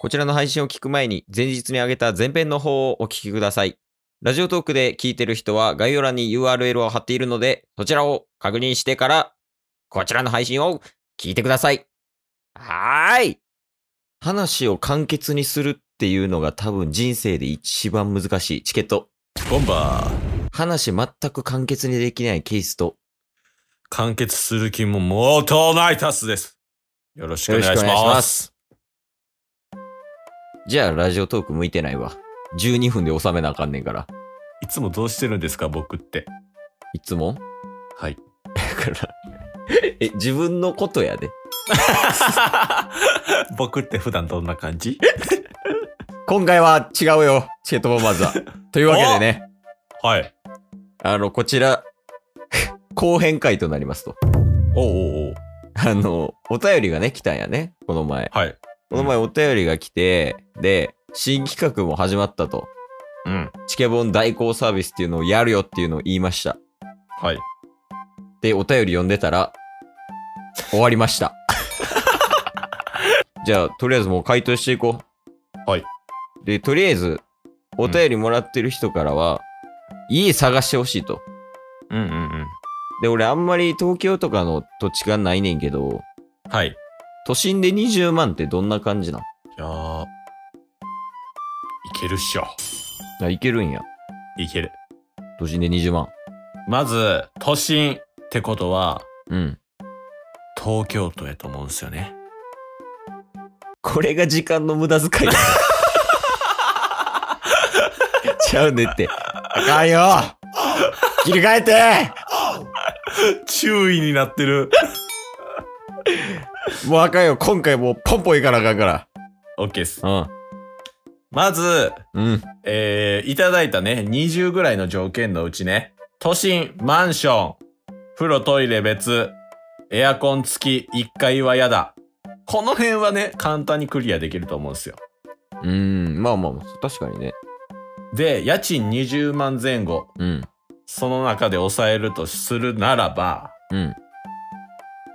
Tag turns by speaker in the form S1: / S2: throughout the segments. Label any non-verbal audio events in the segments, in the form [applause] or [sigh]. S1: こちらの配信を聞く前に前日に上げた前編の方をお聞きください。ラジオトークで聞いてる人は概要欄に URL を貼っているので、そちらを確認してから、こちらの配信を聞いてください。はーい。話を簡潔にするっていうのが多分人生で一番難しいチケット。
S2: ボンバー
S1: 話全く簡潔にできないケースと、
S2: 完結する気ももうとないタスです。よろしくお願いしま
S1: よろしく
S2: す。
S1: お願いしまじゃあラジオトーク向いてないわ。12分で収めなあかんねんから。
S2: いつもどうしてるんですか、僕って。
S1: いつも [laughs]
S2: はい。
S1: だから、え、自分のことやで。
S2: [laughs] 僕って普段どんな感じ
S1: 今回は違うよ。チケットボンバーズ
S2: [laughs]
S1: は。というわけでね、
S2: はい。
S1: あの、こちら、後編回となりますと。
S2: おうおうおう
S1: あの、お便りがね、来たんやね。この前。
S2: はい。
S1: この前お便りが来て、で、新企画も始まったと。
S2: うん。
S1: チケボン代行サービスっていうのをやるよっていうのを言いました。
S2: はい。
S1: で、お便り読んでたら、終わりま [laughs] した。じゃあ、とりあえずもう回答していこう。
S2: はい。
S1: で、とりあえず、お便りもらってる人からは、家探してほしいと。
S2: うんうんうん。
S1: で、俺あんまり東京とかの土地がないねんけど、
S2: はい。い
S1: 都心で20万ってどんな感じなん
S2: やーいけるっしょ。
S1: あ、いけるんや。
S2: いける。
S1: 都心で20万。
S2: まず、都心ってことは、
S1: うん。
S2: 東京都やと思うんですよね。
S1: これが時間の無駄 [laughs] 遣いだ。ちゃうねって。あかんよ切り替えて
S2: 注意になってる。
S1: もうあかんよ。今回もうポンポンいかなあかんか
S2: オッケーっす。
S1: ら。
S2: まず、
S1: うん。うん。
S2: えー、いただいたね、20ぐらいの条件のうちね、都心、マンション、風呂、トイレ別、エアコン付き、1階は嫌だ。この辺はね、簡単にクリアできると思うんですよ。
S1: うん。まあまあまあ、確かにね。
S2: で、家賃20万前後、
S1: うん。
S2: その中で抑えるとするならば、
S1: うん。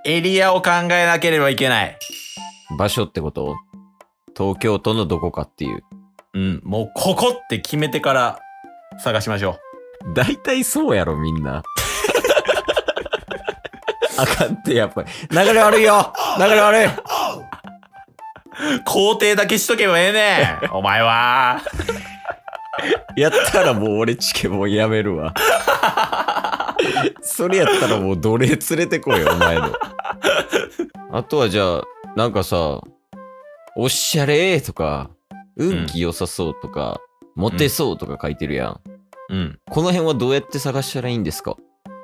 S2: エリアを考えなければいけない。
S1: 場所ってこと東京都のどこかっていう。
S2: うん、もうここって決めてから探しまし [laughs] ょ
S1: 大体そうやろ、みん [laughs] な。あかんって、やっぱり。流れ悪いよ流れ悪い
S2: いう。工程だけしとけばええねんお前は。
S1: やったらもう俺チケもうやめる [laughs] わ。それやったらもう奴隷連れてこいよ、お前の。あとはじゃあ、なんかさ、おっしゃれーとか、運気良さそうとか、モテそうとか書いてるやん。
S2: うん。
S1: この辺はどうやって探したらいいんですか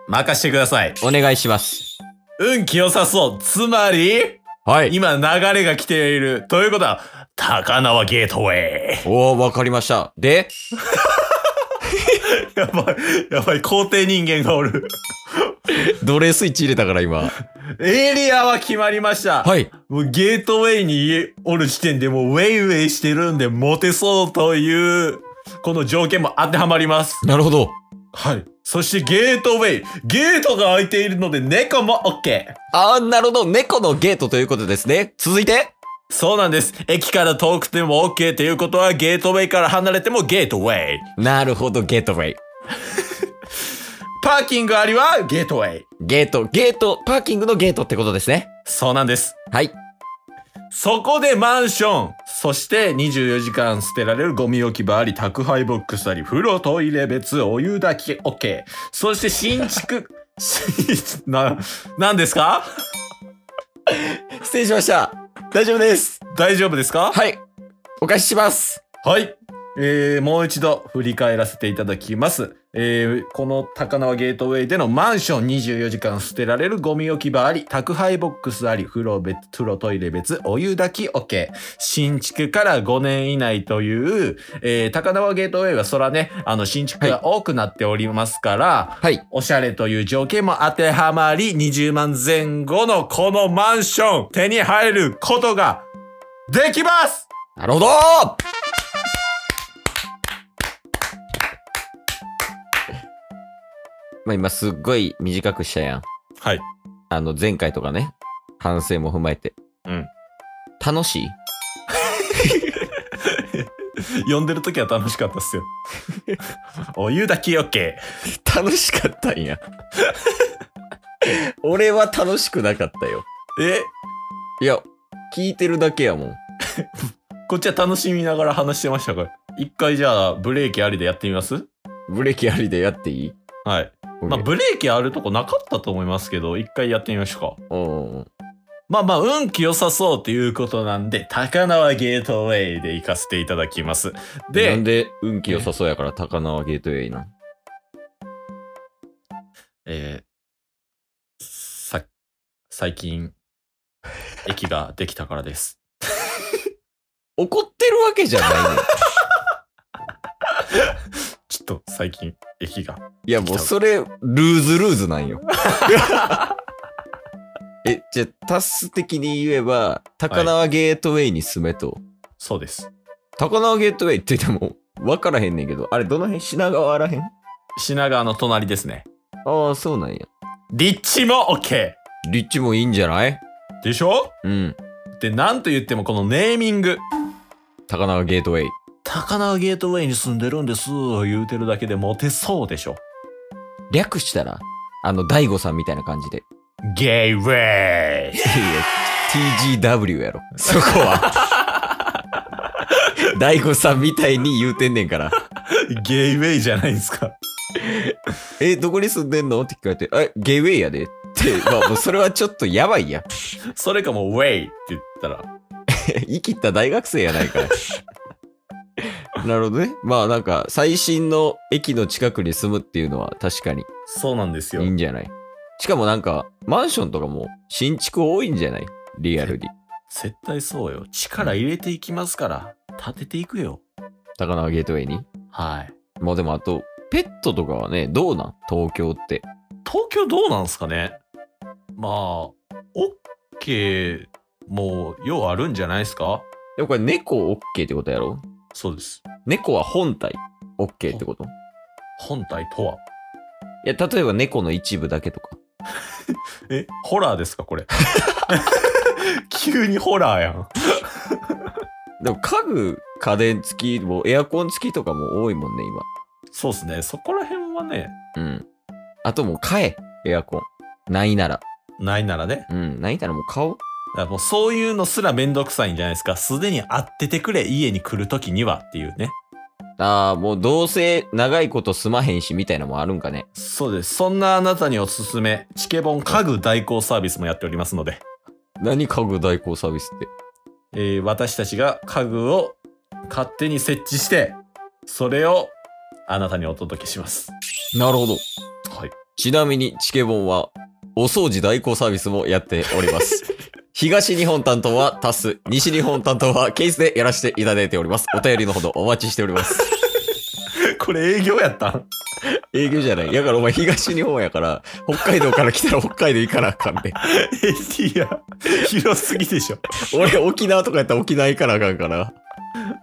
S2: 任してください。
S1: お願いします。
S2: 運気良さそう。つまり、
S1: は。
S2: 今流れが来ている。ということは、高輪ゲートウェイ。 [laughs]
S1: おー、わかりました。で、
S2: やばい、やばい、皇帝人間がおる。
S1: 奴隷スイッチ入れたから今。
S2: エリアは決まりました。
S1: はい。
S2: もうゲートウェイにおる時点でもうウェイウェイしてるんで、モテそうという、この条件も当てはまります。
S1: なるほど。
S2: はい。そしてゲートウェイ。ゲートが開いているので、猫も OK。
S1: あー、なるほど。猫のゲートということですね。続いて、
S2: そうなんです。駅から遠くても OK っていうことは、ゲートウェイから離れてもゲートウェイ。
S1: なるほど、ゲートウェイ。
S2: パーキングありはゲートウェイ。
S1: ゲート、ゲート、パーキングのゲートってことですね。
S2: そうなんです。
S1: はい。
S2: そこでマンション、そして24時間捨てられるゴミ置き場あり、宅配ボックスあり、風呂、トイレ別、お湯だけ OK。そして新築、 [laughs] 新な、何ですか
S1: [laughs] 失礼しました。大丈夫です。
S2: 大丈夫ですか
S1: はい。お貸しします。
S2: はい。えー、もう一度振り返らせていただきます。えー、この高輪ゲートウェイでのマンション24時間捨てられるゴミ置き場あり、宅配ボックスあり、風呂別、風呂トイレ別、お湯炊き OK。新築から5年以内という、えー、高輪ゲートウェイはそらね、あの新築が多くなっておりますから、
S1: はい。
S2: おしゃれという条件も当てはまり、20万前後のこのマンション、手に入ることができます
S1: なるほどまあ今すっごい短くしたやん。
S2: はい。
S1: あの前回とかね、反省も踏まえて。
S2: うん。
S1: 楽しい
S2: 呼んでる時は楽しかったっすよ。 [laughs] お湯だけよけ。
S1: 楽しかったんや。俺は楽しくなかったよ。
S2: え
S1: いや、聞いてるだけやもん。
S2: こっちは楽しみながら話してましたから。一回じゃあブレーキありでやってみます
S1: ブレーキありでやっていい
S2: はい。まあブレーキあるとこなかったと思いますけど、一回やってみましょうか。
S1: うんうんうん
S2: まあまあ、運気良さそうっていうことなんで、高輪ゲートウェイで行かせていただきます。
S1: な
S2: で
S1: ん、で運気良さそうやから高輪ゲートウェイな。
S2: えーさ、 [laughs] 最近、駅ができたからです。
S1: 怒ってるわけじゃないねん。
S2: ちょっと最近、駅が。
S1: いやもうそれ、ルーズルーズなんよ。え、じゃあ、タス的に言えば、高輪ゲートウェイに住めと。
S2: そうです。
S1: 高輪ゲートウェイって言っても、分からへんねんけど、あれどの辺品川らへん
S2: 品川の隣ですね。
S1: ああ、そうなんや。
S2: 立地も OK!
S1: 立地もいいんじゃない
S2: でしょ
S1: うん。
S2: で、なんと言ってもこのネーミング。
S1: 高輪ゲートウェイ。
S2: 高輪ゲートウェイに住んでるんです、言うてるだけでモテそうでしょ。
S1: 略したら、あの、大悟さんみたいな感じで。
S2: ゲイウェイ
S1: いや TGW やろ。そこは。大悟さんみたいに言うてんねんから。
S2: ゲイウェイじゃないですか。
S1: え、どこに住んでんのって聞かれて、え、ゲイウェイやで。って、まあ、もうそれはちょっとやばいやん。 [laughs]
S2: それかもう、ウェイって言ったら、
S1: 生きった大学生やない [laughs] から。なるほどね。まあなんか、最新の駅の近くに住むっていうのは確かに
S2: そうなんですよ
S1: いい。んじゃないしかもなんか、マンションとかも新築多いんじゃないリアルに。
S2: 絶対そうよ。力入れていきますから、立てていくよ。
S1: 高輪ゲートウェイに。
S2: はい。
S1: まあでもあと、ペットとかはね、どうなん東京って。
S2: 東京どうなんすかねまあ、OK もう、ようあるんじゃないですか
S1: でもこれ猫 OK ってことやろ
S2: そうです。
S1: 猫は本体 OK ってことい
S2: 本体とは。
S1: や、例えば猫の一部だけとか。
S2: え、ホラーですかこれ。 [laughs] 急にホラーやん。
S1: でも家具、家電付き、もエアコン付きとかも多いもんね、今。
S2: そうっすね。そこら辺はね、
S1: うん。あともう買え、エアコン。ないなら。
S2: ないならね。
S1: うん、ないならもう買おう。
S2: だからもうそういうのすらめんどくさいんじゃないですか。すでに会っててくれ、家に来るときにはっていうね。
S1: ああ、もうどうせ長いことすまへんし、みたいなのもあるんかね。
S2: そうです。そんなあなたにおすすめ、チケボン家具代行サービスもやっておりますので、
S1: 何家具代行サービスって。
S2: えー私たちが家具を勝手に設置して、それをあなたにお届けします。
S1: なるほど。
S2: はい。 [laughs]
S1: ちなみに、チケボンは、お掃除代行サービスもやっており [laughs] ます。東日本担当はタス、西日本担当はケースでやらせていただいております。お便りのほどお待ちしております。
S2: これ営業やったん [laughs]
S1: 営業じゃない。やからお前東日本やから、北海道から来たら北海道行かなあかん [laughs] ね。
S2: いや、広すぎでしょ。
S1: 俺沖縄とかやったら沖縄行かなあかんから。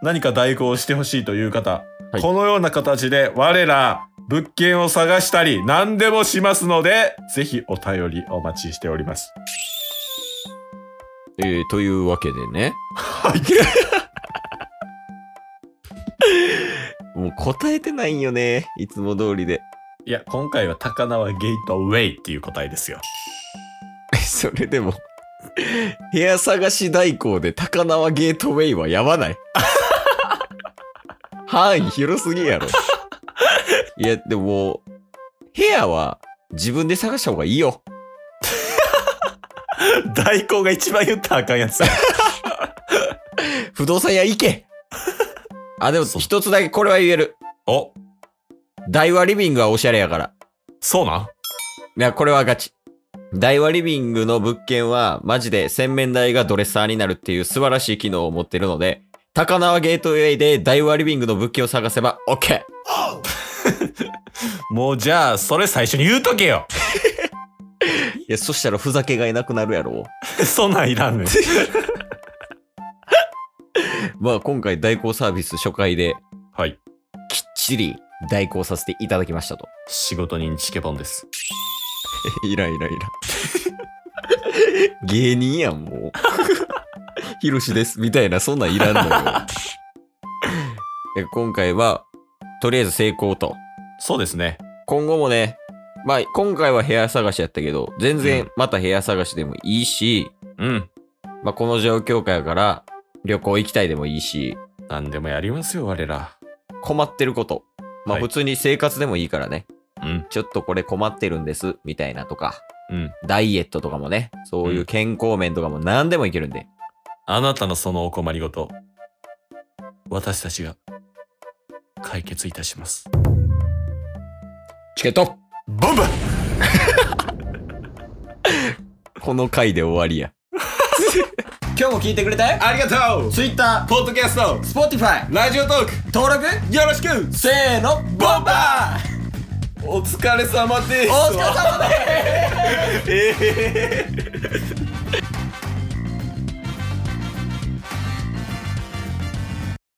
S2: 何か代行をしてほしいという方、
S1: はい
S2: このような形で我ら物件を探したり何でもしますので、ぜひお便りお待ちしております。
S1: えー、というわけでね。
S2: はい。
S1: [laughs] もう答えてないんよね。いつも通りで。 [laughs]
S2: いや、今回は高輪ゲートウェイっていう答えです [laughs] よ。
S1: それでも、部屋探し代行で高輪ゲートウェイはやばない [laughs] 範囲広すぎ [laughs] やろ。いや、でも、部屋は自分で探した方がいいよ。
S2: 大根が一番言ったらあかんやつ。
S1: 不動産屋行けあ、でも一つだけこれは言える。
S2: お、
S1: 大和リビングはおしゃれやから。
S2: そうなん
S1: いや、これはガチ。大和リビングの物件は、マジで洗面台がドレッサーになるっていう素晴らしい機能を持ってるので、高輪ゲートウェイで大和リビングの物件を探せば OK!
S2: もうじゃあ、それ最初に言うとけよ。
S1: いや、そしたらふざけがいなくなるやろ。
S2: [laughs] そんなんい
S3: [laughs]
S2: らんねん。
S1: まあ、今回代行サービス初回で、
S2: はい。
S1: きっちり代行させていただきましたと。
S2: 仕事人チケボンです。
S1: イライライラ。芸人やん、もう。ヒロシです、みたいな、そんなんいらんのよ。え今回は、とりあえず成功と。
S2: そうですね。
S1: 今後もね、まあ、今回は部屋探しやったけど、全
S2: う
S1: 然また部屋探しでもいいし、
S2: うん。
S1: まあ、この状況下やから、旅行行きたいでもいいし、
S2: 何でもやりますよ、我ら。
S1: 困ってること。まあ、
S2: はい
S1: 普通に生活でもいいからね、
S2: うん。
S1: ちょっとこれ困ってるんです、みたいなとか、
S2: うん。
S1: ダイエットとかもね、そういう健康面とかも何でもいけるんで、
S2: あなたのそのお困りごと、私たちが解決いたします。
S1: チケット
S2: ボン [laughs] バ
S1: この回で終わりや。
S2: 今日も聞いてくれてありがとう Twitter、
S3: ポッドキャスト
S2: Spotify、
S3: ラジオトーク
S2: 登録
S3: よろしく
S2: せーの、ボンバー
S3: お疲れ様です
S2: お疲れ様です
S3: ええ